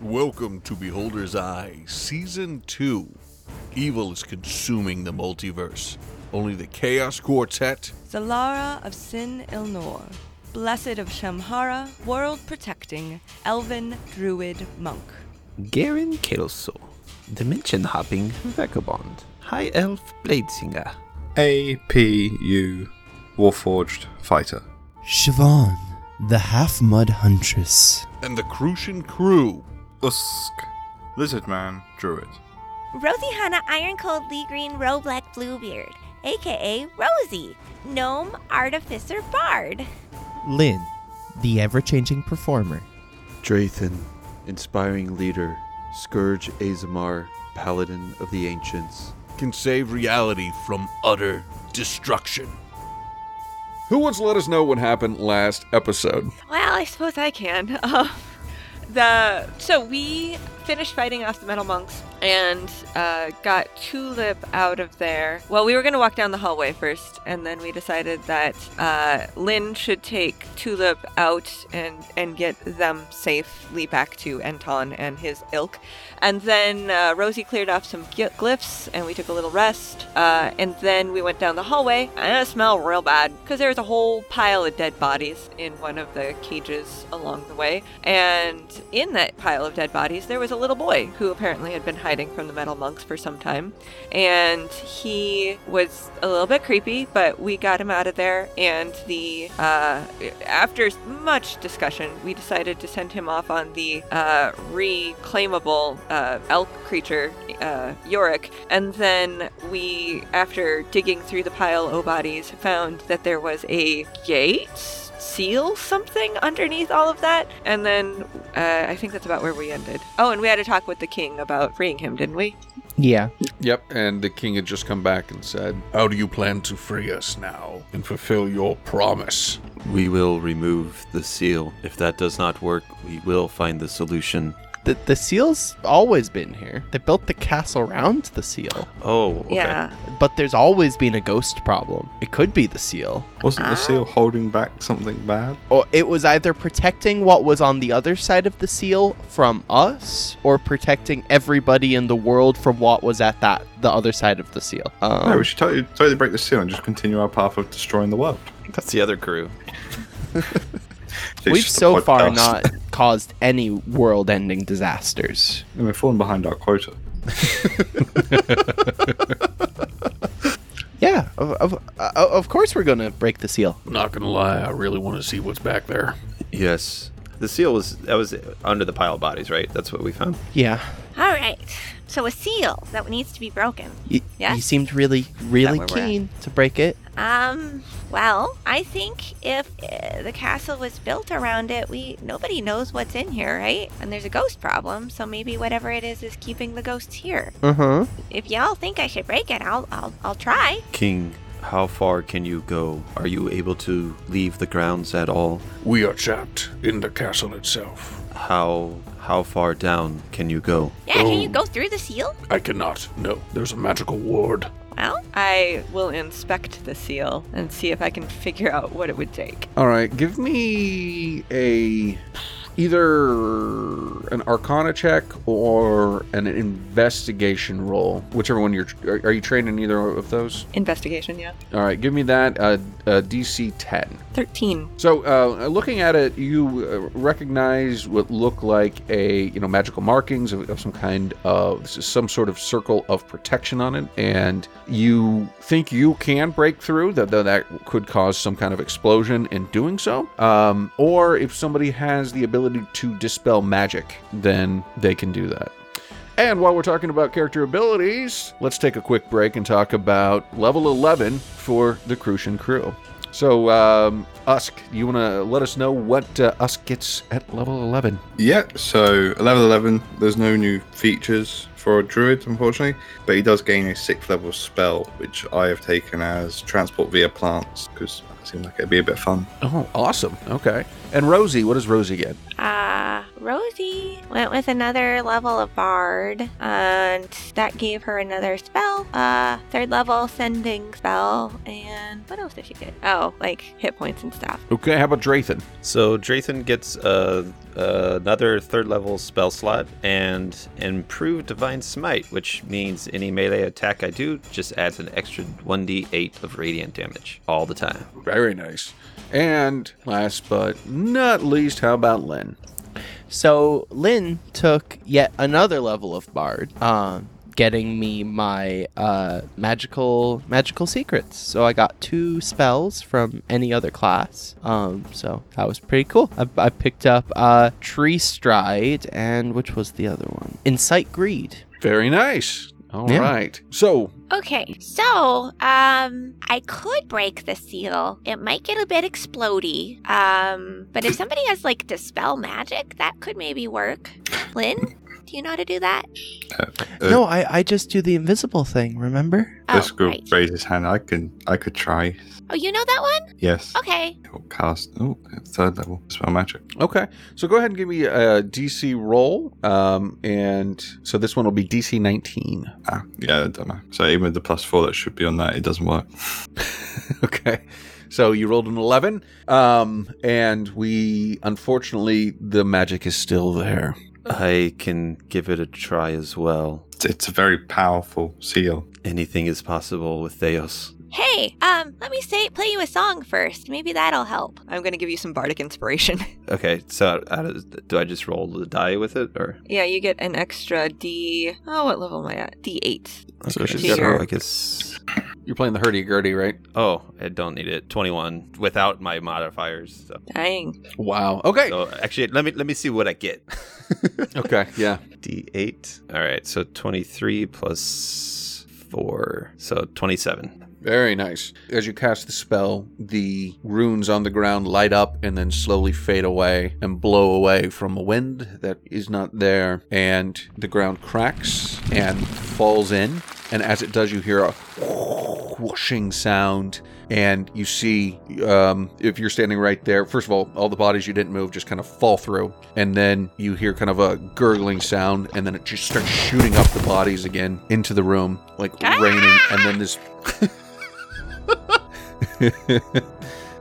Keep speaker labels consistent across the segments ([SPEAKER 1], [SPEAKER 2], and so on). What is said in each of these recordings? [SPEAKER 1] Welcome to Beholder's Eye, Season 2. Evil is consuming the multiverse. Only the Chaos Quartet
[SPEAKER 2] Zalara of Sin Ilnor, Blessed of Shamhara, world protecting, Elven Druid Monk.
[SPEAKER 3] Garen Kelso, Dimension Hopping Vagabond, High Elf Bladesinger,
[SPEAKER 4] APU Warforged Fighter.
[SPEAKER 5] Siobhan, the half mud huntress.
[SPEAKER 1] and the Crucian Crew.
[SPEAKER 4] Usk Lizardman Druid.
[SPEAKER 6] Rosie Hanna Iron Cold Lee Green Roe Black Bluebeard, aka Rosie, Gnome Artificer Bard.
[SPEAKER 5] Lynn, the ever changing performer.
[SPEAKER 7] Drathan, inspiring leader, Scourge Azamar, paladin of the ancients.
[SPEAKER 1] Can save reality from utter destruction. Who wants to let us know what happened last episode?
[SPEAKER 8] Well, I suppose I can. Um, the so we finished fighting off the metal monks and uh, got Tulip out of there. Well, we were going to walk down the hallway first, and then we decided that uh, Lynn should take Tulip out and and get them safely back to Anton and his ilk. And then uh, Rosie cleared off some gly- glyphs, and we took a little rest. Uh, and then we went down the hallway, and it smelled real bad because there was a whole pile of dead bodies in one of the cages along the way. And in that pile of dead bodies, there was a little boy who apparently had been hiding from the metal monks for some time. And he was a little bit creepy, but we got him out of there. And the uh, after much discussion, we decided to send him off on the uh, reclaimable uh, elk creature, uh, Yorick. And then we, after digging through the pile of bodies, found that there was a gate seal something underneath all of that and then uh, i think that's about where we ended oh and we had a talk with the king about freeing him didn't we
[SPEAKER 5] Yeah.
[SPEAKER 4] Yep, and the king had just come back and said,
[SPEAKER 1] How do you plan to free us now and fulfill your promise?
[SPEAKER 7] We will remove the seal. If that does not work, we will find the solution.
[SPEAKER 3] The, the seal's always been here. They built the castle around the seal.
[SPEAKER 7] Oh, okay.
[SPEAKER 8] yeah
[SPEAKER 3] But there's always been a ghost problem. It could be the seal.
[SPEAKER 4] Wasn't the seal holding back something bad?
[SPEAKER 3] Or it was either protecting what was on the other side of the seal from us, or protecting everybody in the world from what was at that the other side of the seal. Um,
[SPEAKER 9] Oh.
[SPEAKER 4] no, we should totally, totally break the seal and just continue our path of destroying the world.
[SPEAKER 10] That's the other crew.
[SPEAKER 4] It's
[SPEAKER 3] We've
[SPEAKER 4] just a
[SPEAKER 3] so far
[SPEAKER 4] podcast.
[SPEAKER 3] not caused any world ending disasters.
[SPEAKER 4] And we've fallen behind our quota.
[SPEAKER 3] Yeah, of, of, uh, of course we're going to break the seal.
[SPEAKER 1] Not gonna lie, I really want to see what's back there.
[SPEAKER 7] Yes.
[SPEAKER 10] The seal was that was under the pile of bodies, right? That's what we found.
[SPEAKER 3] Yeah.
[SPEAKER 6] All right, so a seal that needs to be broken.
[SPEAKER 3] You,
[SPEAKER 6] Yes?
[SPEAKER 3] you seemed really, really
[SPEAKER 8] where we're at?
[SPEAKER 3] keen to break it.
[SPEAKER 6] Um, well, I think if uh, the castle was built around it, we nobody knows what's in here, right? And there's a ghost problem, so maybe whatever it is is keeping the ghosts here.
[SPEAKER 3] Uh
[SPEAKER 4] Mm-hmm.
[SPEAKER 3] huh.
[SPEAKER 6] If y'all think I should break it, I'll I'll, I'll try.
[SPEAKER 7] King, how far can you go? Are you able to leave the grounds at all?
[SPEAKER 1] We are trapped in the castle itself.
[SPEAKER 7] How how far down can you go?
[SPEAKER 6] Yeah, can you
[SPEAKER 1] Oh.
[SPEAKER 6] go through the seal?
[SPEAKER 1] I cannot. No, there's a magical ward.
[SPEAKER 6] Well,
[SPEAKER 8] i will inspect the seal and see if i can figure out what it would take
[SPEAKER 4] All right, give me a either an Arcana check or an investigation roll, whichever one you're. Are, are you trained in either of those?
[SPEAKER 8] investigation yeah
[SPEAKER 4] All right, give me that uh, uh, DC ten.
[SPEAKER 8] 13
[SPEAKER 4] So, uh, looking at it, you uh, recognize what look like a you know magical markings of, of some kind of this is some sort of circle of protection on it, and you think you can break through. That though that could cause some kind of explosion in doing so, um, or if somebody has the ability to dispel magic, then they can do that. And while we're talking about character abilities, let's take a quick break and talk about level 11 for the Crucian crew. So, um, Usk, you want to let us know what uh, Usk gets at level 11?
[SPEAKER 9] Yeah, so level 11, there's no new features for a druid, unfortunately, but he does gain a sixth level spell, which I have taken as transport via plants, because it seemed like it'd be a bit fun.
[SPEAKER 4] Oh, awesome. Okay. And Rosie, what does Rosie get?
[SPEAKER 6] Uh, Rosie went with another level of Bard, and that gave her another spell. Uh, third level sending spell, and what else did she get? Oh, like hit points and stuff.
[SPEAKER 4] Okay, how about Drathan?
[SPEAKER 10] So Drathan gets uh, uh, another third level spell slot and improve divine smite, which means any melee attack I do just adds an extra 1d8 of radiant damage all the time.
[SPEAKER 4] Very nice. And last but not least, how about Lynn?
[SPEAKER 3] So Lynn took yet another level of bard, um, getting me my uh, magical magical secrets. So I got two spells from any other class. Um, so that was pretty cool. I, I picked up uh, tree stride and which was the other one? Incite greed.
[SPEAKER 4] Very nice. All right.
[SPEAKER 3] Yeah.
[SPEAKER 4] So
[SPEAKER 6] Okay, so um, I could break the seal. It might get a bit explodey. Um, but if somebody has like dispel magic, that could maybe work. Lynn, do you know how to do that?
[SPEAKER 9] Uh,
[SPEAKER 5] no, I, I just do the invisible thing, remember?
[SPEAKER 6] Oh,
[SPEAKER 9] this girl
[SPEAKER 6] right.
[SPEAKER 9] raised his hand. I can. I could try.
[SPEAKER 6] Oh, you know that one?
[SPEAKER 9] Yes.
[SPEAKER 6] Okay.
[SPEAKER 9] He'll cast. Oh, third level spell magic.
[SPEAKER 4] Okay, so go ahead and give me a DC roll, um, and so this one will be DC 19.
[SPEAKER 9] Ah, yeah, I don't know. So even with the plus four that should be on that, it doesn't work.
[SPEAKER 4] okay, so you rolled an 11, um, and we unfortunately the magic is still there.
[SPEAKER 7] I can give it a try as well.
[SPEAKER 9] It's, it's a very powerful seal.
[SPEAKER 7] Anything is possible with Theos.
[SPEAKER 6] Hey, um, let me say play you a song first. Maybe that'll help.
[SPEAKER 8] I'm going to give you some bardic inspiration.
[SPEAKER 10] Okay, so out of, do I just roll the die with it or?
[SPEAKER 8] yeah, you get an extra D. Oh, what level am I at? D8.
[SPEAKER 9] So
[SPEAKER 10] Okay,
[SPEAKER 9] she's
[SPEAKER 10] so
[SPEAKER 8] got-
[SPEAKER 10] I guess.
[SPEAKER 4] You're playing the hurdy gurdy, right?
[SPEAKER 10] Oh, I don't need it. 21 without my modifiers. So,
[SPEAKER 8] Dang.
[SPEAKER 4] Wow. Okay.
[SPEAKER 10] so actually, let me let me see what I get.
[SPEAKER 4] Okay. Yeah.
[SPEAKER 10] D8. All right, so 23 plus 4. So 27.
[SPEAKER 4] Very nice. As you cast the spell, the runes on the ground light up and then slowly fade away and blow away from a wind that is not there. And the ground cracks and falls in. And as it does, you hear a whooshing sound. And you see, um, if you're standing right there, first of all, all the bodies you didn't move just kind of fall through. And then you hear kind of a gurgling sound. And then it just starts shooting up the bodies again into the room, like raining. And then this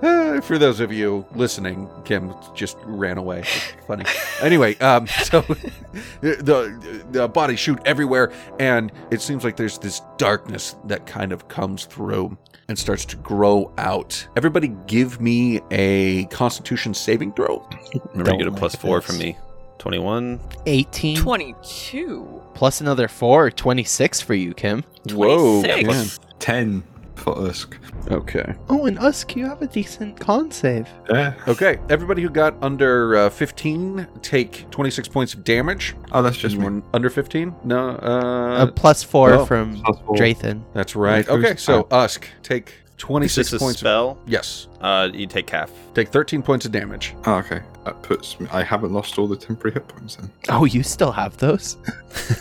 [SPEAKER 4] Uh, for those of you listening, Kim just ran away. It's funny. anyway, um, so the, the bodies shoot everywhere, and it seems like there's this darkness that kind of comes through and starts to grow out. Everybody, give me a Constitution saving throw.
[SPEAKER 10] Remember, you
[SPEAKER 5] Don't
[SPEAKER 10] get a
[SPEAKER 5] like
[SPEAKER 10] plus 4 from
[SPEAKER 5] this.
[SPEAKER 10] me. 21.
[SPEAKER 5] 18
[SPEAKER 8] 22.
[SPEAKER 3] Plus another four, 26 for you, Kim.
[SPEAKER 4] Whoa,
[SPEAKER 8] 26.
[SPEAKER 4] man.
[SPEAKER 9] Ten for Usk.
[SPEAKER 4] Okay.
[SPEAKER 5] Oh, and Usk, you have a decent con save.
[SPEAKER 9] Yeah.
[SPEAKER 4] Okay. Everybody who got under uh, 15 take 26 points of damage.
[SPEAKER 9] Oh, that's just one.
[SPEAKER 4] Anyone under 15? No. Uh,
[SPEAKER 5] a plus four
[SPEAKER 4] oh,
[SPEAKER 5] from
[SPEAKER 9] plus four.
[SPEAKER 5] Drathan.
[SPEAKER 4] That's right.
[SPEAKER 9] Who's-
[SPEAKER 4] Okay, so Usk, take
[SPEAKER 10] Is this
[SPEAKER 4] 26
[SPEAKER 10] a
[SPEAKER 4] points.
[SPEAKER 10] spell?
[SPEAKER 4] Yes,
[SPEAKER 10] Uh, you take half.
[SPEAKER 4] take 13 points of damage.
[SPEAKER 9] Oh, okay. That puts me. I haven't lost all the temporary hit points then.
[SPEAKER 5] Oh, you still have those?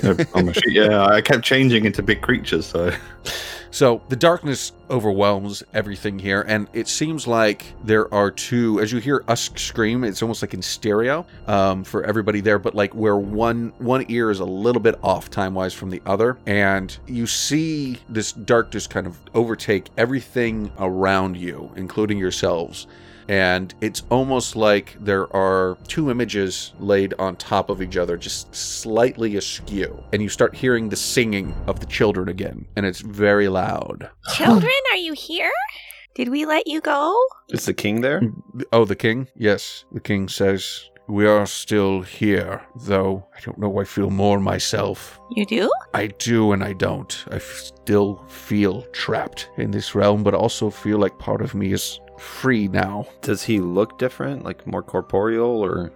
[SPEAKER 9] Yeah, on my sheet. Yeah, I kept changing into big creatures, so.
[SPEAKER 4] So the darkness overwhelms everything here, and it seems like there are two. As you hear Usk scream, it's almost like in stereo um, for everybody there, but like where one one ear is a little bit off time wise from the other, and you see this darkness kind of overtake everything around you, including yourselves. and it's almost like there are two images laid on top of each other just slightly askew and you start hearing the singing of the children again and it's very loud
[SPEAKER 6] Children, are you here? Did we let you go?
[SPEAKER 10] Is the king there?
[SPEAKER 4] oh the king yes the king says we are still here though i don't know i feel more myself
[SPEAKER 6] You do?
[SPEAKER 4] I do and I don't. I f- still feel trapped in this realm, but also feel like part of me is free now.
[SPEAKER 10] Does he look different, like more corporeal, or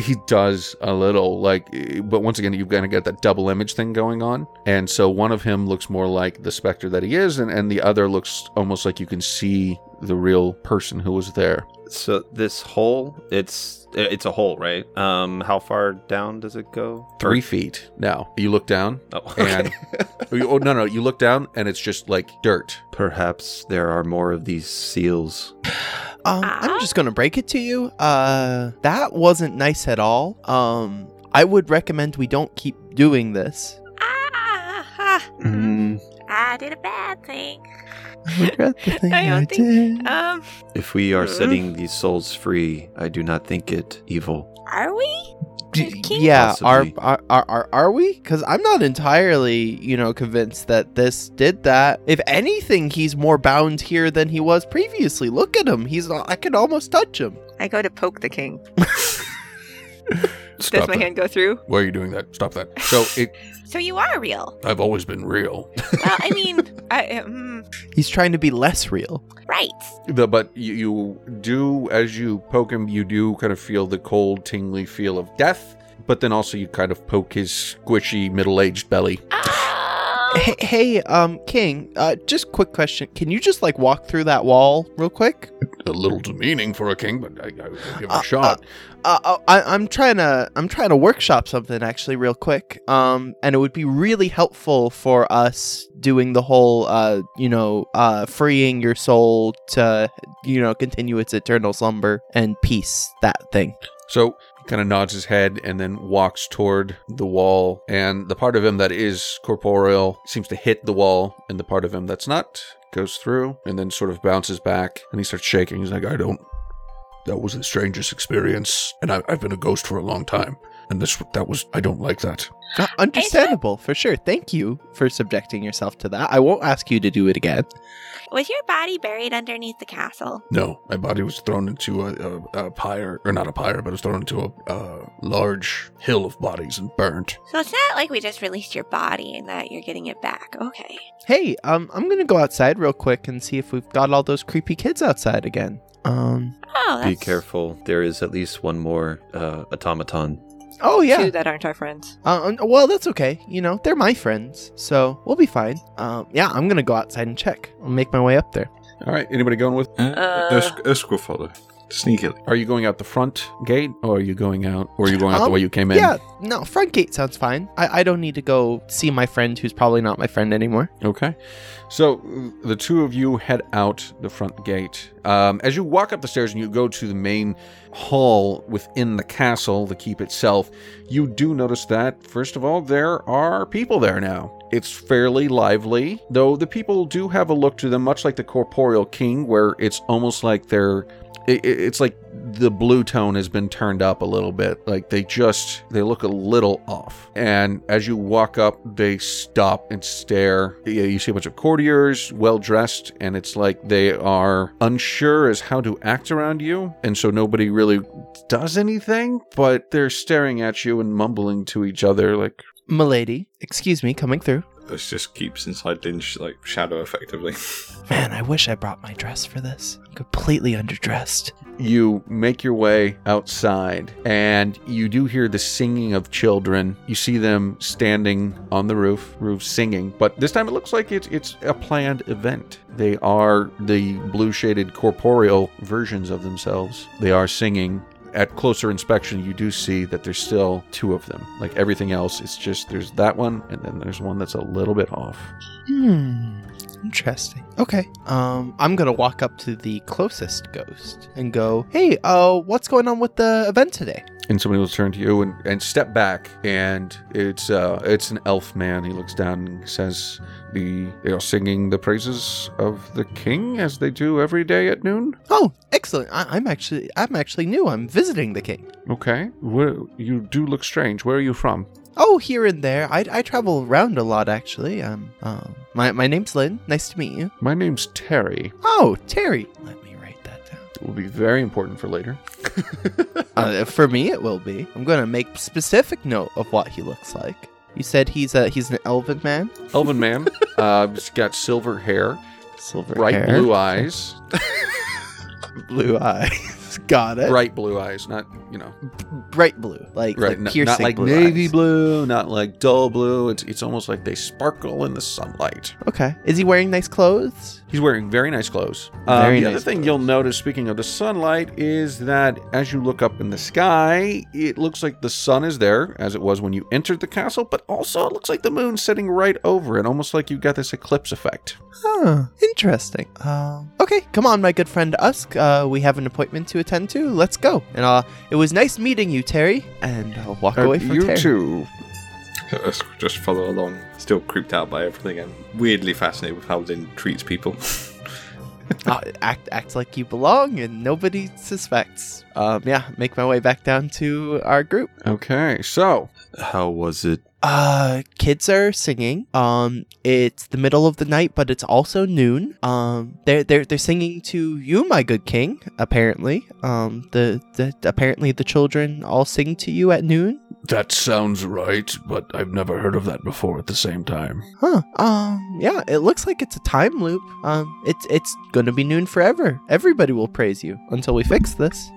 [SPEAKER 4] he does a little like but once again you've kind of got that double image thing going on and so one of him looks more like the specter that he is and, and the other looks almost like you can see the real person who was there
[SPEAKER 10] so? This hole, it's it's a hole, right? Um, how far down does it go?
[SPEAKER 4] three feet now you look down
[SPEAKER 10] Oh, okay.
[SPEAKER 4] oh, you- oh no no you look down and it's just like dirt
[SPEAKER 7] Perhaps there are more of these seals.
[SPEAKER 5] Um,
[SPEAKER 8] Uh-huh.
[SPEAKER 5] I'm just gonna break it to you. Uh, that wasn't nice at all. Um, I would recommend we don't keep doing this.
[SPEAKER 6] Ah, ah,
[SPEAKER 7] Mm,
[SPEAKER 6] I did a bad thing.
[SPEAKER 5] I regret the thing
[SPEAKER 8] I
[SPEAKER 5] I,
[SPEAKER 8] don't think-
[SPEAKER 5] did.
[SPEAKER 8] Um,
[SPEAKER 7] If we are
[SPEAKER 8] Mhm.
[SPEAKER 7] setting these souls free, I do not think it evil.
[SPEAKER 6] Are we?
[SPEAKER 3] D-
[SPEAKER 6] Keith?
[SPEAKER 3] yeah, Uh, are,
[SPEAKER 7] Possibly.
[SPEAKER 3] are are are are we? Because I'm not entirely, you know, convinced that this did that. If anything, he's more bound here than he was previously. Look at him; he's I could almost touch him.
[SPEAKER 8] I go to poke the king.
[SPEAKER 4] Stop
[SPEAKER 8] Does my
[SPEAKER 4] that.
[SPEAKER 8] hand go through?
[SPEAKER 4] Why are you doing that? Stop that. So it,
[SPEAKER 6] So you are real.
[SPEAKER 4] I've always been real.
[SPEAKER 6] Well, I mean,
[SPEAKER 8] I, um,
[SPEAKER 3] He's trying to be less real.
[SPEAKER 6] right.
[SPEAKER 4] The, but you, you do, as you poke him, you do kind of feel the cold, tingly feel of death. But then also you kind of poke his squishy, middle-aged belly.
[SPEAKER 6] Oh,
[SPEAKER 8] Uh-huh.
[SPEAKER 3] Hey, hey um, King. Uh, just quick question: Can you just like walk through that wall real quick?
[SPEAKER 4] A little demeaning for a king, but I, I will give it
[SPEAKER 3] Uh,
[SPEAKER 4] a shot.
[SPEAKER 3] Uh, uh, I, I'm trying to I'm trying to workshop something actually real quick. Um, and it would be really helpful for us doing the whole uh, you know, uh, freeing your soul to you know continue its eternal slumber and peace. That thing.
[SPEAKER 4] So he kind of nods his head and then walks toward the wall. And the part of him that is corporeal seems to hit the wall, and the part of him that's not goes through and then sort of bounces back. And he starts shaking. He's like, I don't. That was the strangest experience, and I, I've been a ghost for a long time. And this, that was, I don't like that.
[SPEAKER 3] Uh, understandable for sure. Thank you for subjecting yourself to that. I won't ask you to do it again.
[SPEAKER 6] was your body buried underneath the castle?
[SPEAKER 4] No, my body was thrown into a, a, a pyre, or not a pyre, but it was thrown into a, a large hill of bodies and burnt.
[SPEAKER 6] So it's not like we just released your body and that you're getting it back. Okay.
[SPEAKER 3] Hey, um, I'm gonna go outside real quick and see if we've got all those creepy kids outside again. Um,
[SPEAKER 6] Oh, that's...
[SPEAKER 7] Be careful. There is at least one more uh, automaton.
[SPEAKER 3] oh yeah,
[SPEAKER 8] two that aren't our friends.
[SPEAKER 3] Uh, um, well, that's okay. You know, they're my friends, so we'll be fine. Um, yeah, I'm gonna go outside and check. I'll make my way up there.
[SPEAKER 4] All right, anybody going with?
[SPEAKER 8] Uh.
[SPEAKER 9] Usk Usk will follow. Sneakily.
[SPEAKER 4] Are you going out the front gate, or are you going out, or are you going out the
[SPEAKER 3] Um,
[SPEAKER 4] way you came in?
[SPEAKER 3] Yeah, no, front gate sounds fine. I, I don't need to go see my friend, who's probably not my friend anymore.
[SPEAKER 4] Okay. So the two of you head out the front gate. Um, as you walk up the stairs and you go to the main hall within the castle, the keep itself, you do notice that, first of all, there are people there now. It's fairly lively, though the people do have a look to them, much like the corporeal king, where it's almost like they're it, it- it's like the blue tone has been turned up a little bit like they just they look a little off and as you walk up they stop and stare Yeah, you see a bunch of courtiers well dressed and it's like they are unsure as how to act around you and so nobody really does anything but they're staring at you and mumbling to each other like
[SPEAKER 3] Milady, excuse me, coming through.
[SPEAKER 9] This just keeps inside Lynch like shadow effectively.
[SPEAKER 3] Man, I wish I brought my dress for this. I'm completely underdressed.
[SPEAKER 4] you make your way outside and you do hear the singing of children you see them standing on the roof roof singing but this time it looks like it's it's a planned event they are the blue shaded corporeal versions of themselves they are singing at closer inspection you do see that there's still two of them like everything else it's just there's that one and then there's one that's a little bit off
[SPEAKER 3] Hmm. Interesting. Okay. Um, I'm gonna walk up to the closest ghost and go, "Hey, uh, what's going on with the event today?"
[SPEAKER 4] and somebody will turn to you and, and step back and it's uh it's an elf man he looks down and says the they are singing the praises of the king as they do every day at noon
[SPEAKER 3] Oh, excellent! I- I'm actually, I'm actually new. I'm visiting the king.
[SPEAKER 4] okay where you do look strange where are you from
[SPEAKER 3] Oh, here and there. I, I travel around a lot, actually. Um, um, my, my name's Lynn. Nice to meet you.
[SPEAKER 4] my name's terry
[SPEAKER 3] Oh, Terry. Let me write that down.
[SPEAKER 4] it will be very important for later
[SPEAKER 3] Uh, for me, it will be. I'm gonna make specific note of what he looks like. You said he's a he's an elven man,
[SPEAKER 4] elven man uh he's got silver hair
[SPEAKER 3] silver
[SPEAKER 4] bright
[SPEAKER 3] hair,
[SPEAKER 4] blue eyes
[SPEAKER 3] blue eyes. Got it.
[SPEAKER 4] bright blue eyes not you know
[SPEAKER 3] bright blue, like,
[SPEAKER 4] right
[SPEAKER 3] like
[SPEAKER 4] n-
[SPEAKER 3] piercing
[SPEAKER 4] not like
[SPEAKER 3] blue
[SPEAKER 4] navy
[SPEAKER 3] eyes.
[SPEAKER 4] blue not like dull blue it's, it's almost like they sparkle in the sunlight
[SPEAKER 3] Okay. Is he wearing nice clothes?
[SPEAKER 4] He's wearing very nice clothes. Uh,
[SPEAKER 3] Very
[SPEAKER 4] the
[SPEAKER 3] nice
[SPEAKER 4] other thing
[SPEAKER 3] clothes.
[SPEAKER 4] you'll notice, speaking of the sunlight, is that as you look up in the sky, it looks like the sun is there, as it was when you entered the castle, but also it looks like the moon's sitting right over it, almost like you've got this eclipse effect.
[SPEAKER 3] Huh. Interesting. Um, okay, come on, my good friend Usk. Uh, we have an appointment to attend to. Let's go. And uh, it was nice meeting you, Terry. And I'll walk away from
[SPEAKER 4] Uh, you
[SPEAKER 3] Terry.
[SPEAKER 4] too.
[SPEAKER 9] Usk will just follow along, still creeped out by everything and weirdly fascinated with how Lynn treats people.
[SPEAKER 3] uh, act act like you belong, and nobody suspects. Um, yeah, make my way back down to our group.
[SPEAKER 4] Okay, so
[SPEAKER 7] How was it?
[SPEAKER 3] Uh, kids are singing. Um, it's the middle of the night, but it's also noon. Um, they're they're they're singing to you, my good king. Apparently, um, the, the apparently the children all sing to you at noon.
[SPEAKER 4] that sounds right, but I've never heard of that before at the same time.
[SPEAKER 3] Huh. Um, yeah, it looks like it's a time loop. Um, it's it's gonna be noon forever. Everybody will praise you until we fix this.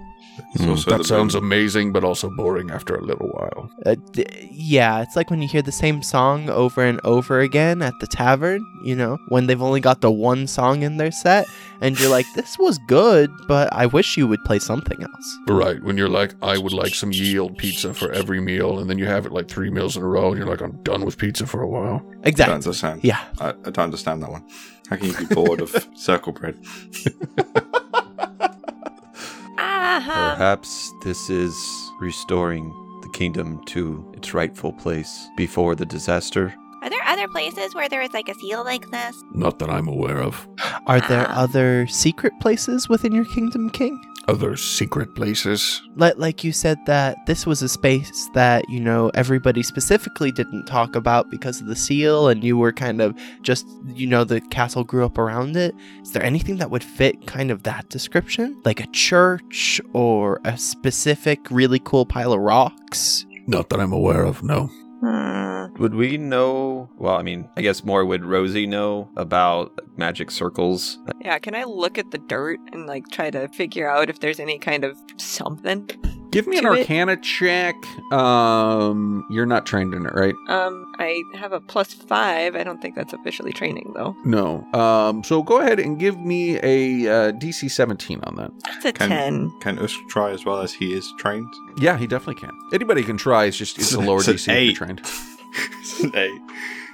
[SPEAKER 9] It's also
[SPEAKER 4] Hmm, that
[SPEAKER 9] the
[SPEAKER 4] sounds
[SPEAKER 9] moon.
[SPEAKER 4] amazing, but also boring after a little while.
[SPEAKER 3] Uh, d- yeah, it's like when you hear the same song over and over again at the tavern, you know, when they've only got the one song in their set, and you're like, this was good, but I wish you would play something else.
[SPEAKER 4] Right, when you're like, I would like some yield pizza for every meal, and then you have it like three meals in a row, and you're like, I'm done with pizza for a while.
[SPEAKER 9] I don't
[SPEAKER 3] Exactly.
[SPEAKER 9] understand.
[SPEAKER 3] Yeah.
[SPEAKER 9] I, I don't understand that one. How can you be bored of circle bread?
[SPEAKER 6] Uh-huh.
[SPEAKER 7] Perhaps this is restoring the kingdom to its rightful place before the disaster.
[SPEAKER 6] Are there other places where there is like a seal like this?
[SPEAKER 4] Not that I'm aware of.
[SPEAKER 3] Are there other secret places within your kingdom, King?
[SPEAKER 4] Other secret places?
[SPEAKER 3] Like, like you said that this was a space that you know everybody specifically didn't talk about because of the seal and you were kind of just you know the castle grew up around it is there anything that would fit kind of that description like a church or a specific really cool pile of rocks
[SPEAKER 4] Not that I'm aware of, no.
[SPEAKER 6] Hmm.
[SPEAKER 10] Would we know? Well, I mean, I guess more would Rosie know about magic circles.
[SPEAKER 8] Yeah, can I look at the dirt and like try to figure out if there's any kind of something?
[SPEAKER 4] Give me an
[SPEAKER 8] Do it.
[SPEAKER 4] arcana check. Um, you're not trained in it, right?
[SPEAKER 8] Um, I have a plus five. I don't think that's officially training though.
[SPEAKER 4] No. Um, so go ahead and give me a uh, DC 17 on that.
[SPEAKER 8] That's a
[SPEAKER 9] Can-
[SPEAKER 8] ten.
[SPEAKER 9] Can Usk try as well as he is trained?
[SPEAKER 4] Yeah, he definitely can. Anybody can try. It's just it's a lower
[SPEAKER 9] It's an
[SPEAKER 4] DC. If you're trained.
[SPEAKER 9] eight. It's an eight.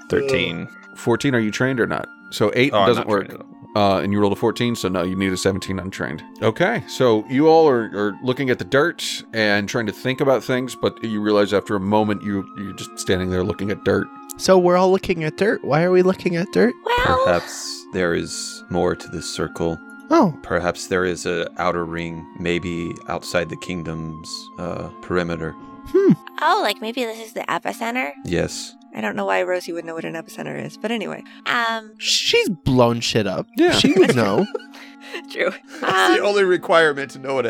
[SPEAKER 10] 13.
[SPEAKER 4] 14. Are you trained or not? So eight
[SPEAKER 10] Oh, I'm
[SPEAKER 4] doesn't
[SPEAKER 10] not
[SPEAKER 4] work.
[SPEAKER 10] trained at all.
[SPEAKER 4] Uh, and you rolled a 14, so no, you need a 17 untrained. Okay, so you all are, are looking at the dirt and trying to think about things, but you realize after a moment you you're just standing there looking at dirt.
[SPEAKER 3] so we're all looking at dirt why are we looking at dirt
[SPEAKER 6] Well,
[SPEAKER 7] Perhaps there is more to this circle.
[SPEAKER 3] oh
[SPEAKER 7] Perhaps there is a outer ring, maybe outside the kingdom's uh, perimeter.
[SPEAKER 6] oh, like maybe this is the epicenter.
[SPEAKER 7] Yes.
[SPEAKER 8] I don't know why Rosie would know what an epicenter is, but anyway,
[SPEAKER 6] Um,
[SPEAKER 3] she's blown shit up
[SPEAKER 4] Yeah.
[SPEAKER 3] she would know
[SPEAKER 8] true.
[SPEAKER 6] um,
[SPEAKER 7] requirement to know what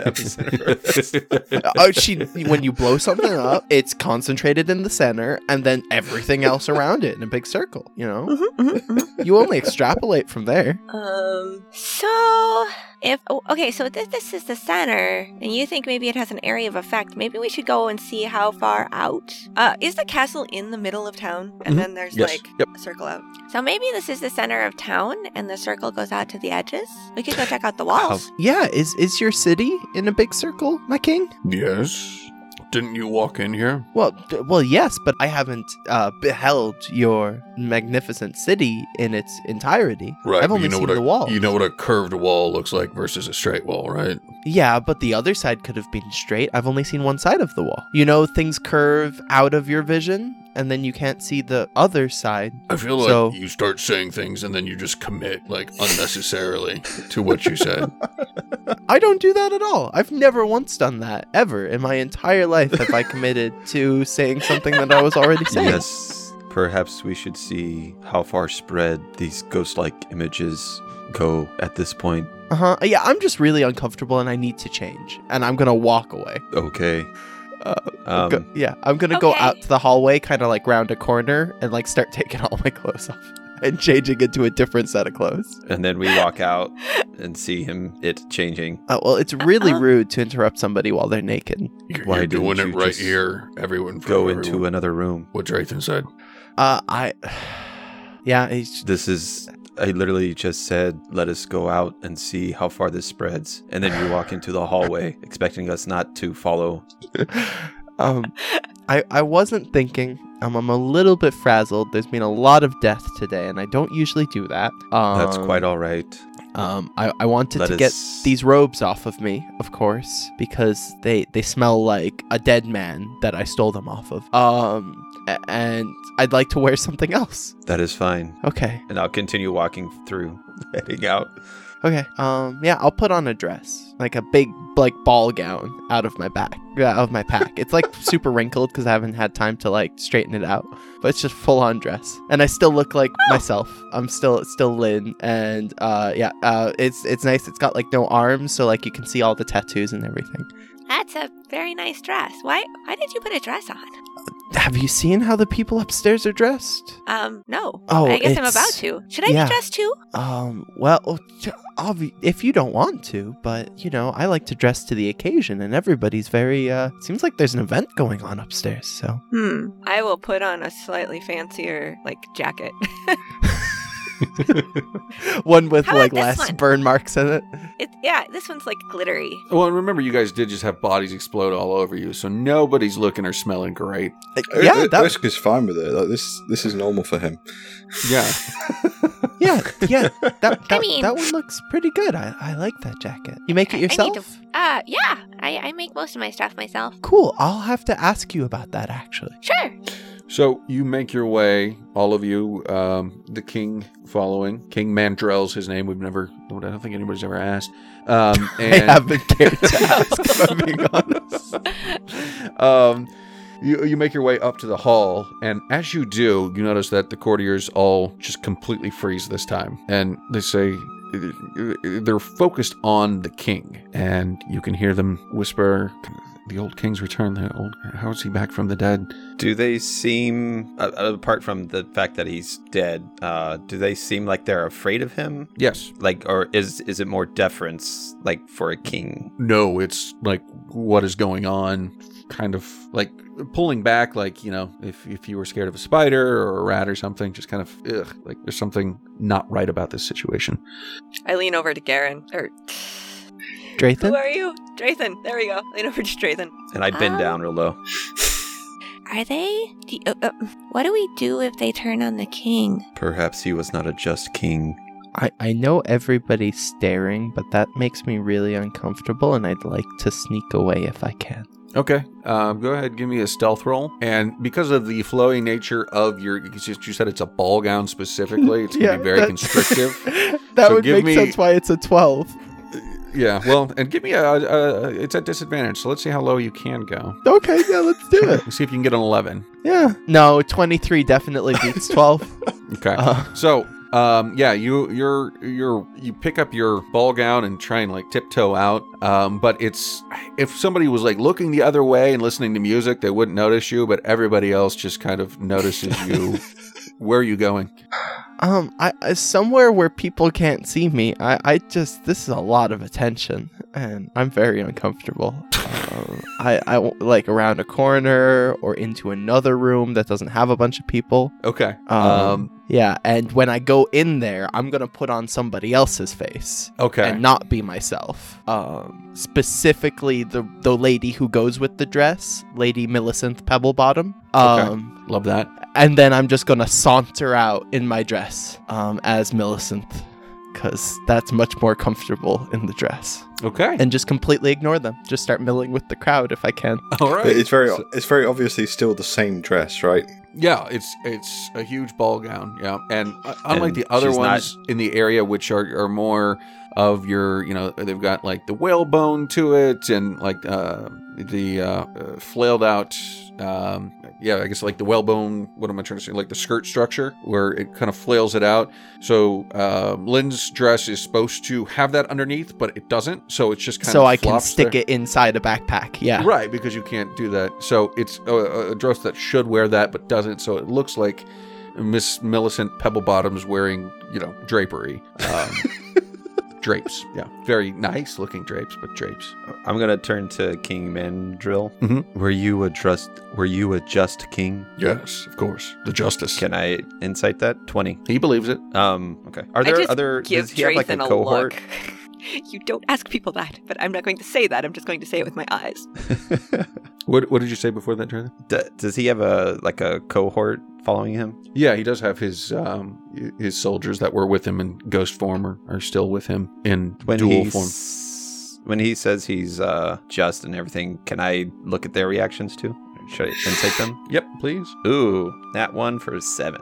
[SPEAKER 3] oh, she when you blow something up, it's concentrated in the center and then everything else around it in a big circle, you
[SPEAKER 6] Mm-hmm,
[SPEAKER 3] know? You only extrapolate from there.
[SPEAKER 8] Um,
[SPEAKER 6] So, if oh, okay, so this this is the center, and you think maybe it has an area of effect. Maybe we should go and see how far out.
[SPEAKER 8] uh, is the castle in the middle of town? And
[SPEAKER 3] Mm-hmm.
[SPEAKER 4] Mhm.
[SPEAKER 8] then there's
[SPEAKER 4] Yes.
[SPEAKER 8] like
[SPEAKER 4] Yep.
[SPEAKER 8] a circle out.
[SPEAKER 6] So maybe this is the center of town, and the circle goes out to the edges. We could go check out the walls.
[SPEAKER 3] Yeah, is is your city in a big circle, my king?
[SPEAKER 4] Yes. Didn't you walk in here?
[SPEAKER 3] Well, d- well, yes, but I haven't uh, beheld your magnificent city in its entirety.
[SPEAKER 4] Right.
[SPEAKER 3] I've
[SPEAKER 4] but
[SPEAKER 3] only
[SPEAKER 4] you know
[SPEAKER 3] seen
[SPEAKER 4] what
[SPEAKER 3] the
[SPEAKER 4] a,
[SPEAKER 3] wall.
[SPEAKER 4] You know what a curved wall looks like versus a straight wall, right?
[SPEAKER 3] Yeah, but the other side could have been straight. I've only seen one side of the wall. You know, things curve out of your vision, and then you can't see the other side.
[SPEAKER 4] I feel like
[SPEAKER 3] So-
[SPEAKER 4] you start saying things and then you just commit like unnecessarily to what you said.
[SPEAKER 3] I don't do that at all. I've never once done that ever in my entire life. Have I committed to saying something that I was already saying?
[SPEAKER 7] Yes. Perhaps we should see how far spread these ghost like images go at this point.
[SPEAKER 3] Uh huh. Yeah, I'm just really uncomfortable and I need to change. And I'm gonna walk away.
[SPEAKER 7] Okay.
[SPEAKER 3] Uh,
[SPEAKER 10] Um,
[SPEAKER 3] go- yeah, I'm gonna go
[SPEAKER 6] okay.
[SPEAKER 3] out to the hallway, kind of like round a corner, and like start taking all my clothes off and changing into a different set of clothes.
[SPEAKER 10] And then we walk out and see him, it changing.
[SPEAKER 3] Uh, well, it's really
[SPEAKER 6] Uh-uh.
[SPEAKER 3] rude to interrupt somebody while they're naked.
[SPEAKER 4] You're,
[SPEAKER 7] Why
[SPEAKER 4] you're
[SPEAKER 7] didn't
[SPEAKER 4] doing it
[SPEAKER 7] you
[SPEAKER 4] right
[SPEAKER 7] just
[SPEAKER 4] here. Everyone
[SPEAKER 7] Go into
[SPEAKER 4] it.
[SPEAKER 7] another room.
[SPEAKER 4] What Drayton said.
[SPEAKER 3] Uh, I. Yeah, it's,
[SPEAKER 7] This is. I literally just said, let us go out and see how far this spreads. And then you walk into the hallway, expecting us not to follow.
[SPEAKER 3] um, I, I wasn't thinking. Um, I'm a little bit frazzled. There's been a lot of death today, and I don't usually do that. Um,
[SPEAKER 7] That's quite all right.
[SPEAKER 3] Um, I, I wanted
[SPEAKER 7] Let
[SPEAKER 3] to get
[SPEAKER 7] us-
[SPEAKER 3] these robes off of me, of course, because they, they smell like a dead man that I stole them off of. Um, a- and I'd like to wear something else.
[SPEAKER 7] That is fine.
[SPEAKER 3] Okay,
[SPEAKER 10] And I'll continue walking through, heading out.
[SPEAKER 3] Okay. Um. Yeah, I'll put on a dress, like a big like ball gown, out of my back, yeah, out of my pack. It's like super wrinkled because I haven't had time to like straighten it out, but it's just full on dress, and I still look like myself. I'm still still Lynn, and uh, yeah, uh, it's it's nice. It's got like no arms, so like you can see all the tattoos and everything.
[SPEAKER 6] That's a very nice dress. Why why did you put a dress on?
[SPEAKER 3] Have you seen how the people upstairs are dressed?
[SPEAKER 6] Um, no.
[SPEAKER 3] Oh,
[SPEAKER 6] I guess I'm
[SPEAKER 3] it's-
[SPEAKER 6] about to. Should I
[SPEAKER 3] yeah.
[SPEAKER 6] be dressed too?
[SPEAKER 3] Um, well, t- obvi- if you don't want to, but you know, I like to dress to the occasion, and everybody's very, uh, seems like there's an event going on upstairs, so.
[SPEAKER 6] Hmm.
[SPEAKER 8] I will put on a slightly fancier like jacket.
[SPEAKER 3] one with
[SPEAKER 8] How about
[SPEAKER 3] like
[SPEAKER 8] this
[SPEAKER 3] less
[SPEAKER 8] one?
[SPEAKER 3] burn marks in it.
[SPEAKER 8] it, yeah, this one's like glittery.
[SPEAKER 4] Well, and remember, you guys did just have bodies explode all over you, so nobody's looking or smelling great.
[SPEAKER 3] Uh, yeah,
[SPEAKER 9] Ur-
[SPEAKER 3] that,
[SPEAKER 9] Ursk is fine with it. Like this, this is normal for him.
[SPEAKER 4] Yeah.
[SPEAKER 3] yeah, yeah, that, that,
[SPEAKER 6] mean-
[SPEAKER 3] that one looks pretty good. I, I like that jacket. You make
[SPEAKER 6] I- I
[SPEAKER 3] it
[SPEAKER 6] need
[SPEAKER 3] yourself?
[SPEAKER 6] to- Uh, yeah. I, I make most of my stuff myself.
[SPEAKER 3] Cool. I'll have to ask you about that actually.
[SPEAKER 6] Sure.
[SPEAKER 4] So you make your way, all of you, um, the king following. King Mandrell's his name. We've never, I don't think anybody's ever asked. Um, and
[SPEAKER 3] I haven't cared to ask, if I'm being honest.
[SPEAKER 4] um, you, you make your way up to the hall, and as you do, you notice that the courtiers all just completely freeze this time. And they say they're focused on the king, and you can hear them whisper, The old king's return. The old, how is he back from the dead?
[SPEAKER 10] Do they seem, uh, apart from the fact that he's dead, uh, do they seem like they're afraid of him?
[SPEAKER 4] Yes.
[SPEAKER 10] Like, or is is it more deference, like for a king?
[SPEAKER 4] No, it's like what is going on, kind of like pulling back, like, you know, if, if you were scared of a spider or a rat or something, just kind of, ugh, like there's something not right about this situation.
[SPEAKER 8] I lean over to Garen. Or who
[SPEAKER 3] Drayton?
[SPEAKER 8] are you? Draythan. There we go. Lean over to Draythan.
[SPEAKER 10] And I bend
[SPEAKER 6] Um,
[SPEAKER 10] down real low.
[SPEAKER 6] Are they? Do
[SPEAKER 8] Oh,
[SPEAKER 6] uh, uh, what do we do if they turn on the king?
[SPEAKER 7] Perhaps he was not a just king.
[SPEAKER 3] I, I know everybody's staring, but that makes me really uncomfortable, and I'd like to sneak away if I can.
[SPEAKER 4] Okay. Um, go ahead, give me a stealth roll. And because of the flowy nature of your, you just- you said it's a ball gown specifically, it's going to be very constrictive.
[SPEAKER 3] that
[SPEAKER 4] So
[SPEAKER 3] would
[SPEAKER 4] give
[SPEAKER 3] make
[SPEAKER 4] me-
[SPEAKER 3] sense why it's a 12.
[SPEAKER 4] yeah. Well, and give me a, a, a, it's at disadvantage. So let's see how low you can go.
[SPEAKER 3] Okay, yeah, let's do it.
[SPEAKER 4] Let's see if you can get an 11.
[SPEAKER 3] Yeah. No, 23 definitely beats 12.
[SPEAKER 4] Okay.
[SPEAKER 3] Uh,
[SPEAKER 4] So, um, yeah, you you're you're you pick up your ball gown and try and like tiptoe out. Um, but it's if somebody was like looking the other way and listening to music, they wouldn't notice you. But everybody else just kind of notices you. Where are you going?
[SPEAKER 3] um, I, I somewhere where people can't see me. I, I just this is a lot of attention, and I'm very uncomfortable. um, I, I w- like around a corner or into another room that doesn't have a bunch of people.
[SPEAKER 4] Okay.
[SPEAKER 3] Um,
[SPEAKER 4] Um,
[SPEAKER 3] yeah, and when I go in there, I'm gonna put on somebody else's face
[SPEAKER 4] okay.
[SPEAKER 3] and not be myself. Um, specifically the the lady who goes with the dress, Lady Millicent Pebblebottom. Um,
[SPEAKER 4] Love that.
[SPEAKER 3] and then I'm just gonna saunter out in my dress um, as Millicent, because that's much more comfortable in the dress.
[SPEAKER 4] Okay.
[SPEAKER 3] And just completely ignore them. Just start milling with the crowd if I can.
[SPEAKER 4] All right.
[SPEAKER 9] But it's very,
[SPEAKER 4] So-
[SPEAKER 9] it's very obviously still the same dress, right?
[SPEAKER 4] yeah. It's it's a huge ball gown. Yeah. And uh, unlike
[SPEAKER 10] And
[SPEAKER 4] the other
[SPEAKER 10] she's not-
[SPEAKER 4] ones in the area, which are are more of your, you know, they've got like the whalebone to it and like uh, the uh, uh, flailed out. Um, yeah, I guess like the whalebone. What am I trying to say? Like the skirt structure, where it kind of flails it out. So um, Lynn's dress is supposed to have that underneath, but it doesn't. So it's just kind of
[SPEAKER 3] So I can
[SPEAKER 4] flops
[SPEAKER 3] stick
[SPEAKER 4] there.
[SPEAKER 3] it inside a backpack. Yeah.
[SPEAKER 4] Right, because you can't do that. So it's a, a dress that should wear that but doesn't. So it looks like Miss Millicent Pebblebottom's wearing, you know, drapery. Um, drapes. Yeah. Very nice looking drapes, but drapes.
[SPEAKER 10] I'm gonna turn to King Mandrill.
[SPEAKER 4] Mhm.
[SPEAKER 7] Were you a just were you a just king?
[SPEAKER 4] Yes, of course. The justice.
[SPEAKER 10] Can I insight that? Twenty.
[SPEAKER 4] he believes it.
[SPEAKER 10] Um. Okay. Are
[SPEAKER 8] I
[SPEAKER 10] there
[SPEAKER 8] just
[SPEAKER 10] other?
[SPEAKER 8] give
[SPEAKER 10] Does he have like a
[SPEAKER 8] Draythan
[SPEAKER 10] cohort?
[SPEAKER 8] look. you don't ask people that, but I'm not going to say that. I'm just going to say it with my eyes.
[SPEAKER 4] What what did you say before that, Jonathan?
[SPEAKER 10] D- does he have a like a cohort following him?
[SPEAKER 4] Yeah, he does have his um i- his soldiers that were with him in ghost form or are still with him in
[SPEAKER 10] When
[SPEAKER 4] dual
[SPEAKER 10] he
[SPEAKER 4] form.
[SPEAKER 10] s- when he says he's uh just and everything, can I look at their reactions too? Should I insight them?
[SPEAKER 4] Yep, please.
[SPEAKER 10] Ooh, that one for seven.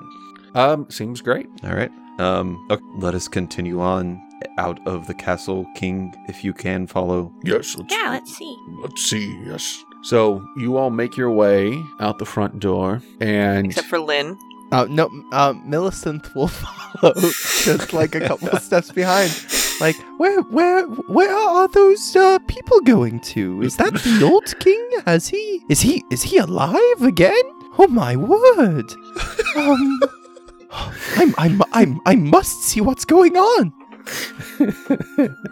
[SPEAKER 4] Um, seems great.
[SPEAKER 10] All right. Um, okay, let us continue on.
[SPEAKER 7] out of the castle, King, if you can follow?
[SPEAKER 4] Yes, let's,
[SPEAKER 6] Yeah, let's see.
[SPEAKER 4] let's see. Yes. So you all make your way out the front door, and
[SPEAKER 8] Except for Lynn.
[SPEAKER 3] Uh, no, uh, Millicent will follow just like a couple of steps behind. Like, where, where, where are those uh, people going to? Is that the old king? Has he? Is he? Is he alive again? Oh my word! Um, I'm, I'm, I'm, I must see what's going on.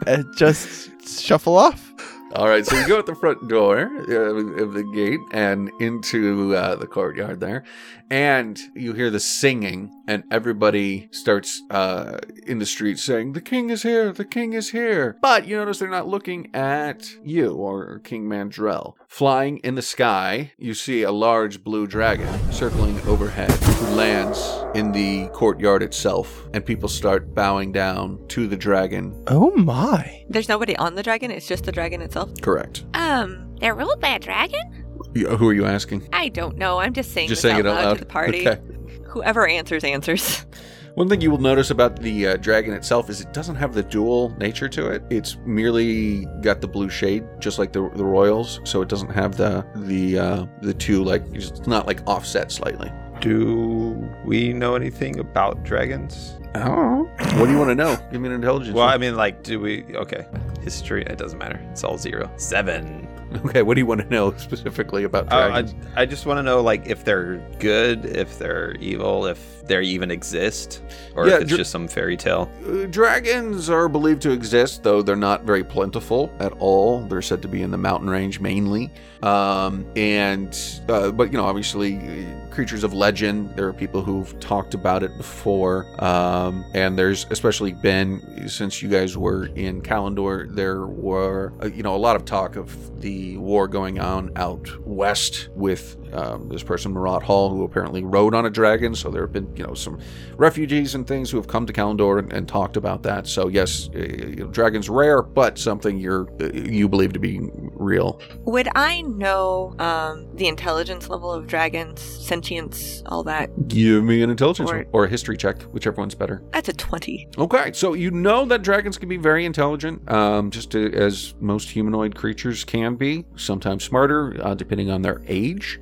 [SPEAKER 3] and just shuffle off.
[SPEAKER 4] All right, so you go out the front door uh, of the gate and into uh, the courtyard there, and you hear the singing, and everybody starts uh, in the street saying, "The king is here! The king is here!" But you notice they're not looking at you or King Mandrell. Flying in the sky, you see a large blue dragon circling overhead, who lands in the courtyard itself, and people start bowing down to the dragon.
[SPEAKER 3] Oh my!
[SPEAKER 8] There's nobody on the dragon, it's just the dragon itself.
[SPEAKER 4] Correct.
[SPEAKER 6] Um, they're ruled by a dragon?
[SPEAKER 4] Yeah, Who are you asking?
[SPEAKER 8] I don't know. I'm just saying
[SPEAKER 4] Just
[SPEAKER 8] this
[SPEAKER 4] saying it
[SPEAKER 8] out
[SPEAKER 4] out
[SPEAKER 8] loud
[SPEAKER 4] loud.
[SPEAKER 8] to the party.
[SPEAKER 4] Okay.
[SPEAKER 8] Whoever answers answers.
[SPEAKER 4] One thing you will notice about the uh, dragon itself is it doesn't have the dual nature to it. It's merely got the blue shade, just like the, the royals. So it doesn't have the the uh, the two like it's not like offset slightly.
[SPEAKER 10] Do we know anything about dragons?
[SPEAKER 4] Oh, what do you want to know? Give me an intelligence.
[SPEAKER 10] Well, I mean, like, do we? Okay, history. It doesn't matter. It's all zero. Seven.
[SPEAKER 4] okay, what do you want to know specifically about
[SPEAKER 10] Uh,
[SPEAKER 4] dragons?
[SPEAKER 10] I, I just want to know, like, if they're good, if they're evil, if they even exist, or
[SPEAKER 4] Yeah,
[SPEAKER 10] if it's
[SPEAKER 4] dr-
[SPEAKER 10] just some fairy tale.
[SPEAKER 4] Uh, Dragons are believed to exist, though they're not very plentiful at all. They're said to be in the mountain range mainly. Um, and, uh, but you know, obviously, uh, creatures of legend. There are people who've talked about it before. Um, and there's especially been since you guys were in Kalendor, there were uh, you know a lot of talk of the war going on out west with um, this person Marat Hall, who apparently rode on a dragon. So there have been you know some refugees and things who have come to Kalendor and, and talked about that. So yes, uh, you know, dragons rare, but something you're uh, you believe to be real.
[SPEAKER 8] Would I know um, the intelligence level of dragons, sentience, all that?
[SPEAKER 4] Give me an intelligence
[SPEAKER 8] Or-
[SPEAKER 4] or, or a history check, whichever one's better.
[SPEAKER 8] That's a 20.
[SPEAKER 4] Okay, so you know that dragons can be very intelligent, um, just a- as most humanoid creatures can be. Sometimes smarter, uh, depending on their age.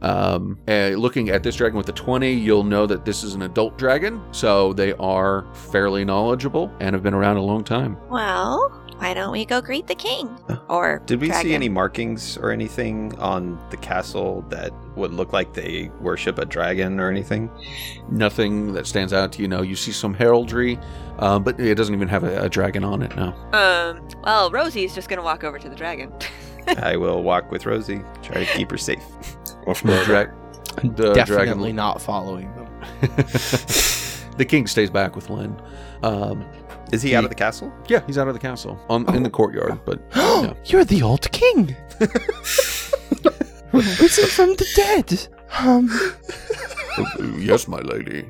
[SPEAKER 4] Um, and looking at this dragon with a 20, you'll know that this is an adult dragon, so they are fairly knowledgeable and have been around a long time.
[SPEAKER 6] Well, why don't we go greet the king? Or
[SPEAKER 10] Did we
[SPEAKER 6] dragon.
[SPEAKER 10] see any markings or anything on the castle that would look like they worship a dragon or anything?
[SPEAKER 4] nothing that stands out to you. know, you see some heraldry, um, but it doesn't even have a, a dragon on it now.
[SPEAKER 8] Um, well, Rosie's just going to walk over to the dragon.
[SPEAKER 10] I will walk with Rosie, try to keep her safe.
[SPEAKER 9] Off
[SPEAKER 4] The, dra- the
[SPEAKER 3] Definitely
[SPEAKER 4] dragon.
[SPEAKER 3] not following them.
[SPEAKER 4] the king stays back with Lynn. Um,
[SPEAKER 10] Is he out of the castle?
[SPEAKER 4] yeah, he's out of the castle on, in the courtyard, but no.
[SPEAKER 3] You're the old king. Risen from the dead. Um.
[SPEAKER 4] uh,
[SPEAKER 9] yes, my lady.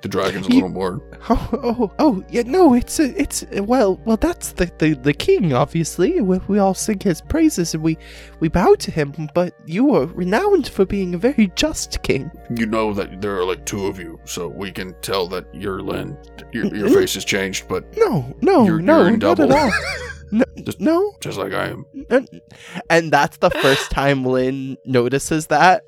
[SPEAKER 9] The dragon's
[SPEAKER 3] a little
[SPEAKER 9] more.
[SPEAKER 3] Oh, oh, oh, yeah. No, it's a, it's a- well, well. That's the the, the king, obviously. We, we all sing his praises and we we bow to him. But you are renowned for being a very just king.
[SPEAKER 9] You know that there are like two of you, so we can tell that your Lynn, your,
[SPEAKER 3] Mm-hmm.
[SPEAKER 9] your face has changed, but
[SPEAKER 3] No, no,
[SPEAKER 9] You're-
[SPEAKER 3] no,
[SPEAKER 9] you're in
[SPEAKER 3] not at
[SPEAKER 9] double.
[SPEAKER 3] all. No,
[SPEAKER 9] Just-
[SPEAKER 3] no.
[SPEAKER 9] just like I am.
[SPEAKER 3] And that's the first time Lynn notices that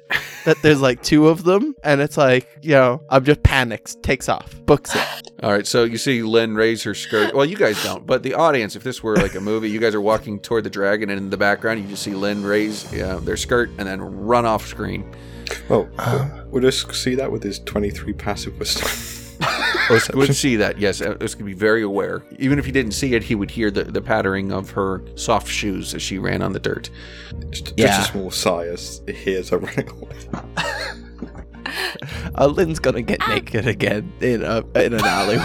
[SPEAKER 3] that there's like two of them, and it's like you know, I'm just panics, takes off, books it.
[SPEAKER 4] All right, so you see Lynn raise her skirt. Well, you guys don't, but the audience, if this were like a movie, you guys are walking toward the dragon, and in the background, you just see Lynn raise uh, their skirt and then run off screen.
[SPEAKER 9] Well,
[SPEAKER 4] Um,
[SPEAKER 9] we'll just see that with his 23 passive wisdom.
[SPEAKER 4] Osk would see that, yes. Osk could be very aware. Even if he didn't see it, he would hear the, the pattering of her soft shoes as she ran on the dirt.
[SPEAKER 9] Just,
[SPEAKER 3] Yeah.
[SPEAKER 9] just a small sigh as he hears her running away.
[SPEAKER 3] Uh, Lynn's gonna get naked again in a in an alleyway.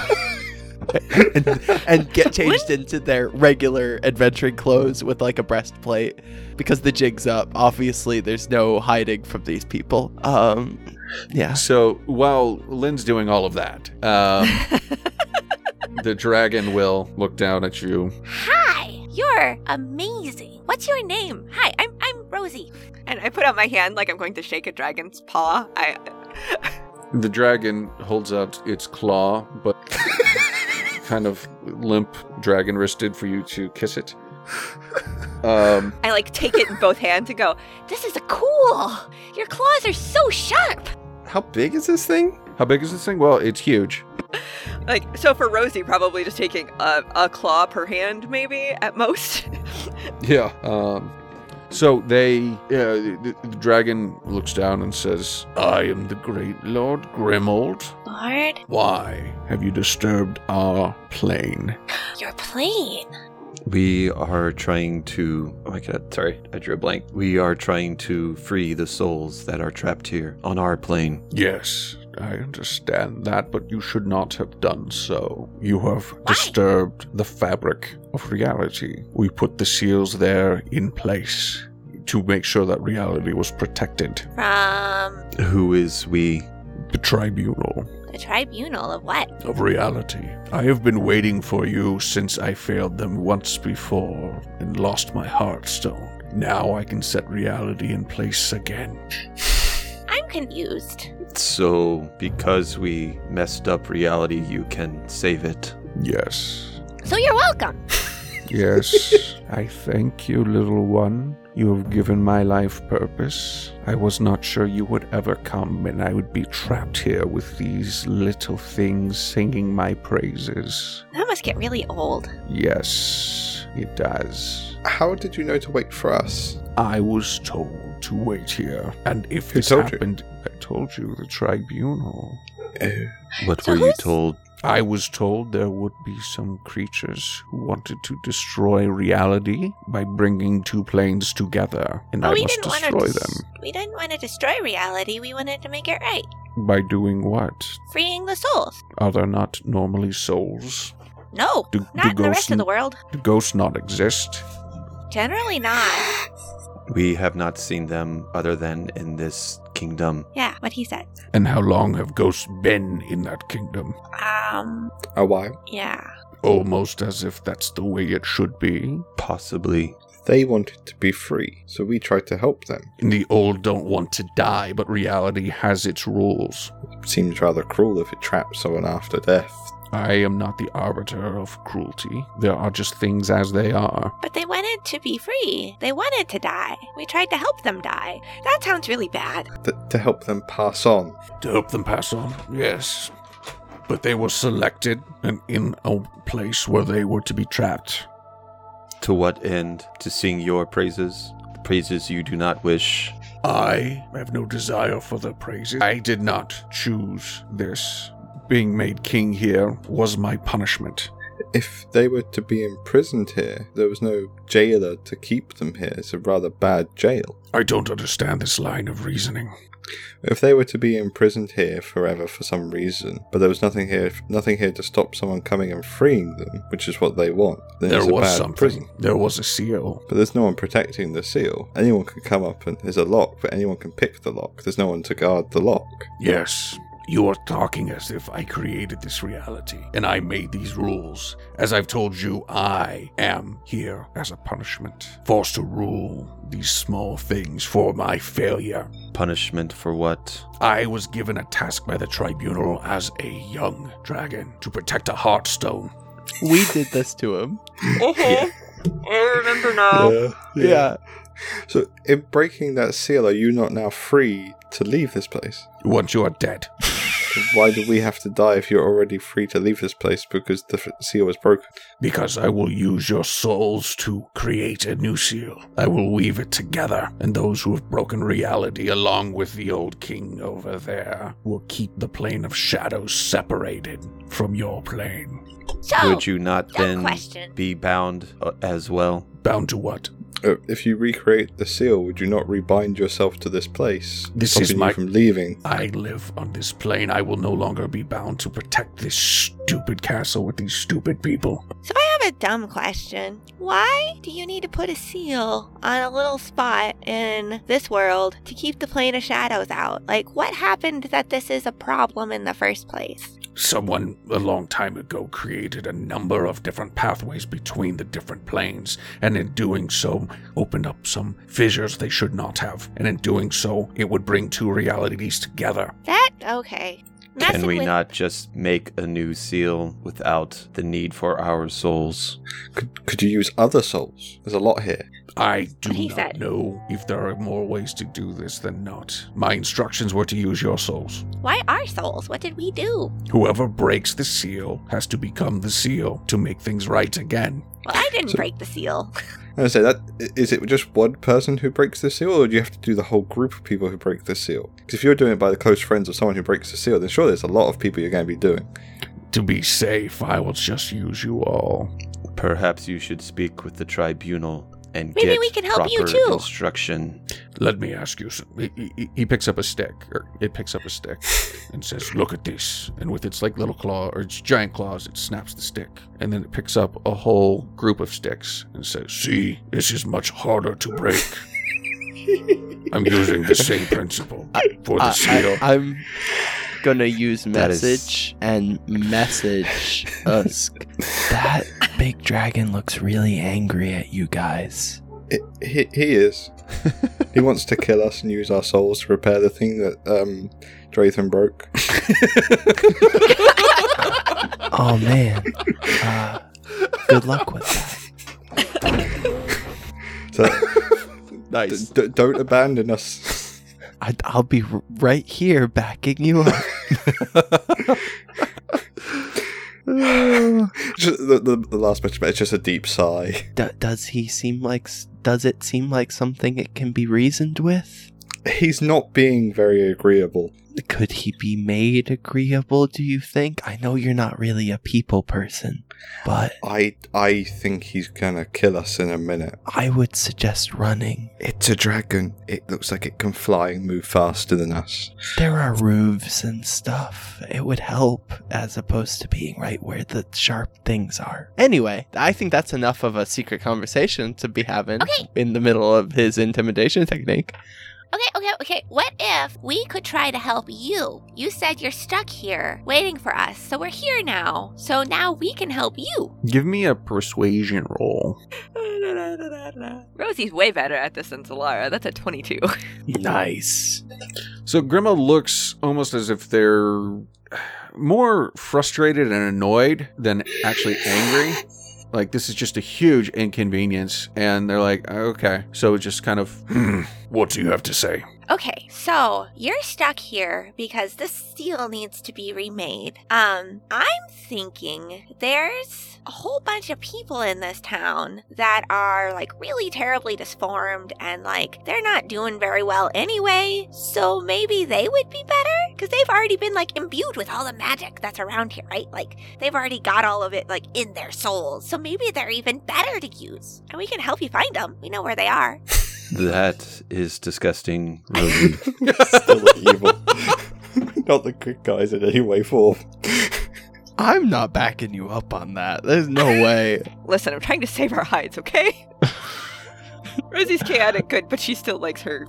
[SPEAKER 3] and, and get changed into their regular adventuring clothes with like a breastplate because the jig's up. Obviously, there's no hiding from these people. Um, yeah.
[SPEAKER 4] So while Lynn's doing all of that, um, the dragon will look down at you.
[SPEAKER 6] Hi, you're amazing. What's your name? Hi, I'm I'm Rosie.
[SPEAKER 8] And I put out my hand like I'm going to shake a dragon's paw. I
[SPEAKER 4] The dragon holds out its claw, but kind of limp, dragon wristed for you to kiss it. Um,
[SPEAKER 8] I like take it in both hands and go,
[SPEAKER 6] This is a cool. Your claws are so sharp.
[SPEAKER 7] How big is this thing?
[SPEAKER 4] how big is this thing? Well, it's huge.
[SPEAKER 8] like, so for Rosie, probably just taking a, a claw per hand, maybe at most.
[SPEAKER 4] Yeah. Um, so they, yeah, the, the dragon looks down and says, "I am the great Lord Grimold.
[SPEAKER 6] Lord,
[SPEAKER 4] Why have you disturbed our plane?"
[SPEAKER 6] your plane.
[SPEAKER 7] We are trying to. Oh my god, sorry, I drew a blank. We are trying to free the souls that are trapped here on our plane.
[SPEAKER 4] Yes, I understand that, but you should not have done so. You have disturbed the fabric of reality. We put the seals there in place to make sure that reality was protected.
[SPEAKER 6] From
[SPEAKER 7] Who is we?
[SPEAKER 4] The tribunal.
[SPEAKER 6] the tribunal of what?
[SPEAKER 4] of reality. I have been waiting for you since I failed them once before and lost my heartstone. Now I can set reality in place again.
[SPEAKER 6] I'm confused.
[SPEAKER 7] So, because we messed up reality, you can save it.
[SPEAKER 4] Yes.
[SPEAKER 6] So you're welcome.
[SPEAKER 4] Yes. I thank you, little one. You have given my life purpose. I was not sure you would ever come, and I would be trapped here with these little things singing my praises.
[SPEAKER 6] That must get really old.
[SPEAKER 4] Yes, it does.
[SPEAKER 9] How did you know to wait for us?
[SPEAKER 4] I was told to wait here, and if
[SPEAKER 9] Who
[SPEAKER 4] it
[SPEAKER 9] told you?
[SPEAKER 4] happened, I told you the tribunal.
[SPEAKER 9] Eh,
[SPEAKER 7] What
[SPEAKER 6] So
[SPEAKER 7] were you
[SPEAKER 6] who's-
[SPEAKER 7] told?
[SPEAKER 4] I was told there would be some creatures who wanted to destroy reality by bringing two planes together, and
[SPEAKER 6] But
[SPEAKER 4] I
[SPEAKER 6] we
[SPEAKER 4] must
[SPEAKER 6] didn't want to.
[SPEAKER 4] destroy them
[SPEAKER 6] We didn't want to destroy reality. We wanted to make it right,
[SPEAKER 4] by doing what?
[SPEAKER 6] freeing the souls.
[SPEAKER 4] Are there not normally souls?
[SPEAKER 6] No,
[SPEAKER 4] Do, do
[SPEAKER 6] not in the rest of
[SPEAKER 4] n-
[SPEAKER 6] the world.
[SPEAKER 4] Do ghosts not exist?
[SPEAKER 6] Generally not.
[SPEAKER 7] We have not seen them other than in this kingdom.
[SPEAKER 6] Yeah, what he said.
[SPEAKER 4] And how long have ghosts been in that kingdom?
[SPEAKER 6] Um,
[SPEAKER 9] a while.
[SPEAKER 6] yeah.
[SPEAKER 4] Almost as if that's the way it should be.
[SPEAKER 7] Possibly.
[SPEAKER 9] They wanted to be free, so we tried to help them.
[SPEAKER 4] And the old don't want to die, but reality has its rules.
[SPEAKER 9] Seems rather cruel if it traps someone after death.
[SPEAKER 4] I am not the arbiter of cruelty. There are just things as they are.
[SPEAKER 6] But they wanted to be free. They wanted to die. We tried to help them die. That sounds really bad.
[SPEAKER 9] Th- to help them pass on.
[SPEAKER 4] To help them pass on, yes. But they were selected and in a place where they were to be trapped.
[SPEAKER 7] To what end? To sing your praises? Praises you do not wish.
[SPEAKER 4] I have no desire for their praises. I did not choose this. Being made king here was my punishment.
[SPEAKER 9] If they were to be imprisoned here, there was no jailer to keep them here. It's a rather bad jail.
[SPEAKER 4] I don't understand this line of reasoning.
[SPEAKER 9] If they were to be imprisoned here forever for some reason, but there was nothing here, nothing here to stop someone coming and freeing them, which is what they want, then
[SPEAKER 4] there
[SPEAKER 9] it's a
[SPEAKER 4] was
[SPEAKER 9] bad
[SPEAKER 4] something.
[SPEAKER 9] prison.
[SPEAKER 4] There was a seal.
[SPEAKER 9] But there's no one protecting the seal. Anyone can come up and there's a lock, but anyone can pick the lock. There's no one to guard the lock.
[SPEAKER 4] Yes, you are talking as if I created this reality and I made these rules. As I've told you, I am here as a punishment, forced to rule these small things for my failure.
[SPEAKER 7] Punishment for what?
[SPEAKER 4] I was given a task by the tribunal as a young dragon to protect a heartstone.
[SPEAKER 3] We did this to him.
[SPEAKER 8] I remember now.
[SPEAKER 3] Yeah.
[SPEAKER 9] So, in breaking that seal, are you not now free to leave this place?
[SPEAKER 4] Once you are dead,
[SPEAKER 9] Why do we have to die if you're already free to leave this place because the f- seal was broken?
[SPEAKER 4] because I will use your souls to create a new seal. I will weave it together, and those who have broken reality, along with the old king over there, will keep the plane of shadows separated from your plane.
[SPEAKER 6] So,
[SPEAKER 7] Would you not
[SPEAKER 6] dumb
[SPEAKER 7] then
[SPEAKER 6] question.
[SPEAKER 7] be bound uh, as well?
[SPEAKER 4] Bound to what?
[SPEAKER 9] Uh, if you recreate the seal, would you not rebind yourself to this place?
[SPEAKER 4] This
[SPEAKER 9] stopping
[SPEAKER 4] is
[SPEAKER 9] you
[SPEAKER 4] my-
[SPEAKER 9] from leaving.
[SPEAKER 4] I live on this plane. I will no longer be bound to protect this stupid castle with these stupid people.
[SPEAKER 6] so I have a dumb question. Why do you need to put a seal on a little spot in this world to keep the plane of shadows out? Like, what happened that this is a problem in the first place?
[SPEAKER 4] Someone a long time ago created a number of different pathways between the different planes, and in doing so, opened up some fissures they should not have. And in doing so, it would bring two realities together.
[SPEAKER 6] That okay? Massively.
[SPEAKER 7] Can we not just make a new seal without the need for our souls?
[SPEAKER 9] Could, could you use other souls? There's a lot here.
[SPEAKER 4] I do
[SPEAKER 6] He
[SPEAKER 4] not
[SPEAKER 6] said-
[SPEAKER 4] know if there are more ways to do this than not. My instructions were to use your souls.
[SPEAKER 6] Why our souls? What did we do?
[SPEAKER 4] Whoever breaks the seal has to become the seal to make things right again.
[SPEAKER 6] Well, I didn't
[SPEAKER 9] So-
[SPEAKER 6] break the seal.
[SPEAKER 9] I say that is it just one person who breaks the seal, or do you have to do the whole group of people who break the seal? Because if you're doing it by the close friends of someone who breaks the seal, then sure, there's a lot of people you're going to be doing.
[SPEAKER 4] To be safe, I will just use you all.
[SPEAKER 7] Perhaps you should speak with the tribunal and
[SPEAKER 6] Maybe
[SPEAKER 7] get
[SPEAKER 6] we can help you
[SPEAKER 7] proper
[SPEAKER 6] too.
[SPEAKER 7] instruction.
[SPEAKER 4] Let me ask you something. He, he- he picks up a stick, or it picks up a stick, and says, Look at this. And with its like little claw, or its giant claws, it snaps the stick. And then it picks up a whole group of sticks and says, See, this is much harder to break. I'm using the same principle for the
[SPEAKER 3] I,
[SPEAKER 4] seal.
[SPEAKER 3] am gonna use
[SPEAKER 7] That is-
[SPEAKER 3] message and message us. that big dragon looks really angry at you guys.
[SPEAKER 9] It, he, he is. he wants to kill us and use our souls to repair the thing that um, Drathan broke.
[SPEAKER 3] Oh man. Uh, good luck with that.
[SPEAKER 9] So d-
[SPEAKER 7] Nice.
[SPEAKER 9] d- don't abandon us.
[SPEAKER 3] I, I'll be r- right here backing you up.
[SPEAKER 9] Just the, the, the last mention, but it's just a deep sigh.
[SPEAKER 3] D- does he seem like? s- Does it seem like something it can be reasoned with?
[SPEAKER 9] He's not being very agreeable.
[SPEAKER 3] Could he be made agreeable? Do you think? I know you're not really a people person, but
[SPEAKER 9] I I think he's gonna kill us in a minute.
[SPEAKER 3] I would suggest running.
[SPEAKER 9] It's a dragon. It looks like it can fly and move faster than us.
[SPEAKER 3] There are roofs and stuff. It would help as opposed to being right where the sharp things are. Anyway, I think that's enough of a secret conversation to be having
[SPEAKER 6] Okay.
[SPEAKER 3] in the middle of his intimidation technique.
[SPEAKER 6] Okay, okay, okay. What if we could try to help you? You said you're stuck here waiting for us, so we're here now. So now we can help you.
[SPEAKER 4] Give me a persuasion roll.
[SPEAKER 8] Rosie's way better at this than Zalara. That's a 22.
[SPEAKER 3] Nice.
[SPEAKER 4] So Grima looks almost as if they're more frustrated and annoyed than actually angry. Like this is just a huge inconvenience, and they're like, okay. So it just kind of, hmm, what do you have to say?
[SPEAKER 6] Okay, so you're stuck here because this seal needs to be remade. Um, I'm thinking there's a whole bunch of people in this town that are like really terribly disformed and like they're not doing very well anyway. So maybe they would be better because they've already been like imbued with all the magic that's around here, right? Like they've already got all of it like in their souls. So maybe they're even better to use. And we can help you find them. We know where they are.
[SPEAKER 7] That is disgusting, Rosie.
[SPEAKER 9] Still evil. not the good guys in any way form.
[SPEAKER 3] I'm not backing you up on that. There's no way.
[SPEAKER 8] Listen, I'm trying to save our hides, okay? Rosie's chaotic good, but she still likes her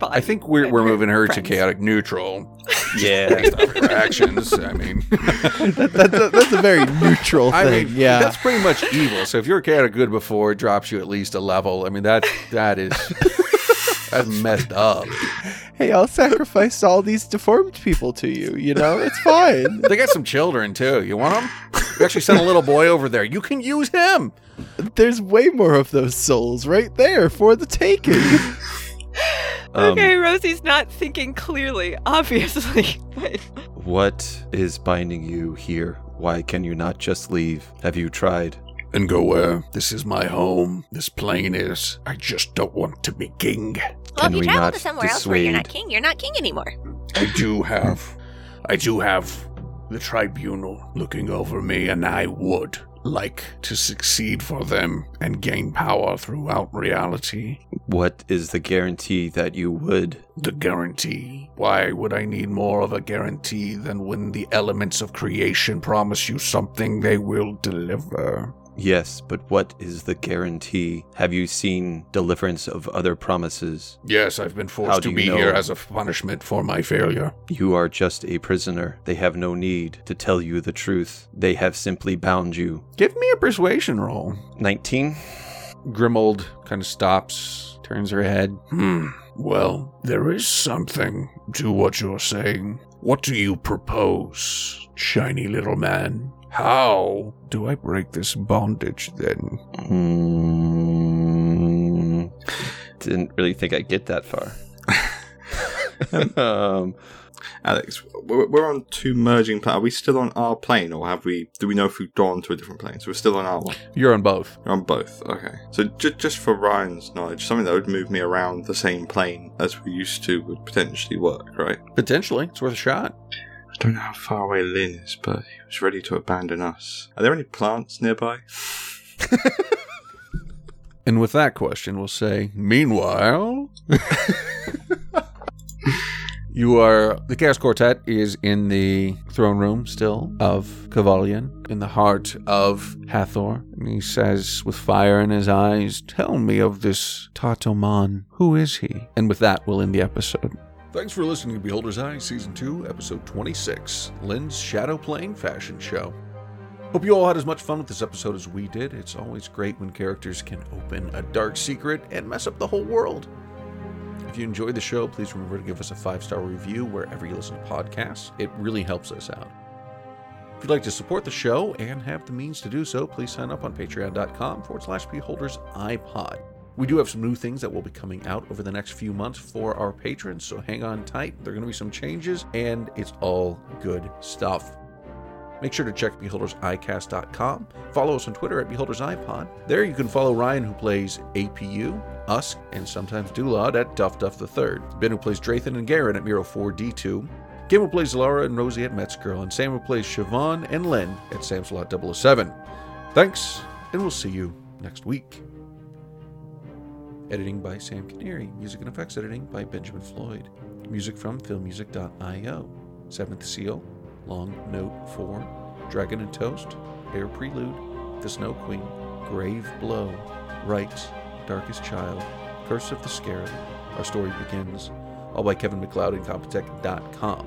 [SPEAKER 8] body.
[SPEAKER 4] I think we're, we're moving her to
[SPEAKER 8] Friends.
[SPEAKER 4] chaotic neutral.
[SPEAKER 10] Yeah.
[SPEAKER 4] Based off her actions. I mean,
[SPEAKER 3] That, that's, a, that's a very neutral
[SPEAKER 4] I
[SPEAKER 3] thing.
[SPEAKER 4] mean,
[SPEAKER 3] yeah.
[SPEAKER 4] that's pretty much evil. So if you're chaotic good before, it drops you at least a level. I mean, that that is that's messed up.
[SPEAKER 3] hey, I'll sacrifice all these deformed people to you. You know, it's fine.
[SPEAKER 4] They got some children too. You want them? We actually sent a little boy over there. You can use him.
[SPEAKER 3] There's way more of those souls right there for the taking.
[SPEAKER 7] Um,
[SPEAKER 8] okay, Rosie's not thinking clearly, obviously. But
[SPEAKER 7] What is binding you here? Why can you not just leave? Have you tried?
[SPEAKER 4] And go where? This is my home. This plane is. I just don't want to be king.
[SPEAKER 6] Well,
[SPEAKER 7] Can
[SPEAKER 6] if you
[SPEAKER 7] we
[SPEAKER 6] travel
[SPEAKER 7] not
[SPEAKER 6] to somewhere else where you're not
[SPEAKER 7] dissuade?
[SPEAKER 6] king, you're not king anymore.
[SPEAKER 4] I do have. I do have the tribunal looking over me, and I would like to succeed for them and gain power throughout reality.
[SPEAKER 7] What is the guarantee that you would?
[SPEAKER 4] The guarantee. Why would I need more of a guarantee than when the elements of creation promise you something they will deliver?
[SPEAKER 7] Yes, but what is the guarantee? Have you seen deliverance of other promises?
[SPEAKER 4] Yes, I've been forced
[SPEAKER 7] How
[SPEAKER 4] to
[SPEAKER 7] do you
[SPEAKER 4] be here
[SPEAKER 7] know?
[SPEAKER 4] as a punishment for my failure.
[SPEAKER 7] You are just a prisoner. They have no need to tell you the truth. They have simply bound you.
[SPEAKER 4] Give me a persuasion roll.
[SPEAKER 7] 19?
[SPEAKER 4] Grimold kind of stops, turns her head. Hmm.
[SPEAKER 11] Well, there is something to what you're saying. What do you propose, shiny little man? How do I break this bondage then?
[SPEAKER 7] Hmm. Didn't really think I'd get that far. um,
[SPEAKER 9] Alex, we're, we're on two merging planes. Are we still on our plane, or have we? Do we know if we've gone to a different plane? So we're still on our one.
[SPEAKER 12] You're on both.
[SPEAKER 9] We're on both. Okay. So ju- just for Ryan's knowledge, something that would move me around the same plane as we used to would potentially work, right?
[SPEAKER 12] Potentially, it's worth a shot.
[SPEAKER 9] I don't know how far away Lynn is, but he was ready to abandon us. Are there any plants nearby?
[SPEAKER 12] And with that question, we'll say, meanwhile, you are the Chaos Quartet is in the throne room still of Kavalion, in the heart of Hathor. And he says, with fire in his eyes, "Tell me of this Tatoman. Who is he?" And with that, we'll end the episode.
[SPEAKER 4] Thanks for listening to Beholder's Eye, Season 2, Episode 26, Lynn's Shadow Playing Fashion Show. Hope you all had as much fun with this episode as we did. It's always great when characters can open a dark secret and mess up the whole world. If you enjoyed the show, please remember to give us a five star review wherever you listen to podcasts. It really helps us out. If you'd like to support the show and have the means to do so, please sign up on patreon.com forward slash beholders iPod. We do have some new things that will be coming out over the next few months for our patrons, so hang on tight. There are going to be some changes, and it's all good stuff. Make sure to check beholdersicast.com. Follow us on Twitter at beholdersipod. There you can follow Ryan, who plays APU, us, and sometimes Dulod at Duff Duff the Third. Ben, who plays Drathan and Garen at Miro 4D2. Kim, who plays Lara and Rosie at Metzgirl. And Sam, who plays Siobhan and Len at Samslot 007. Thanks, and we'll see you next week. Editing by Sam Canary. Music and effects editing by Benjamin Floyd. Music from filmmusic.io. Seventh Seal, Long Note 4, Dragon and Toast, Air Prelude, The Snow Queen, Grave Blow, Rites, Darkest Child, Curse of the Scarab, Our Story Begins, all by Kevin McLeod and Compotech.com.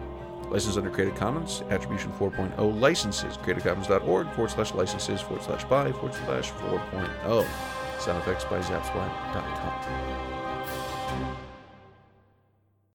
[SPEAKER 4] License under Creative Commons, Attribution 4.0 licenses, creativecommons.org forward slash licenses forward slash oh. by forward slash 4.0. Sound effects by zapsplat.com.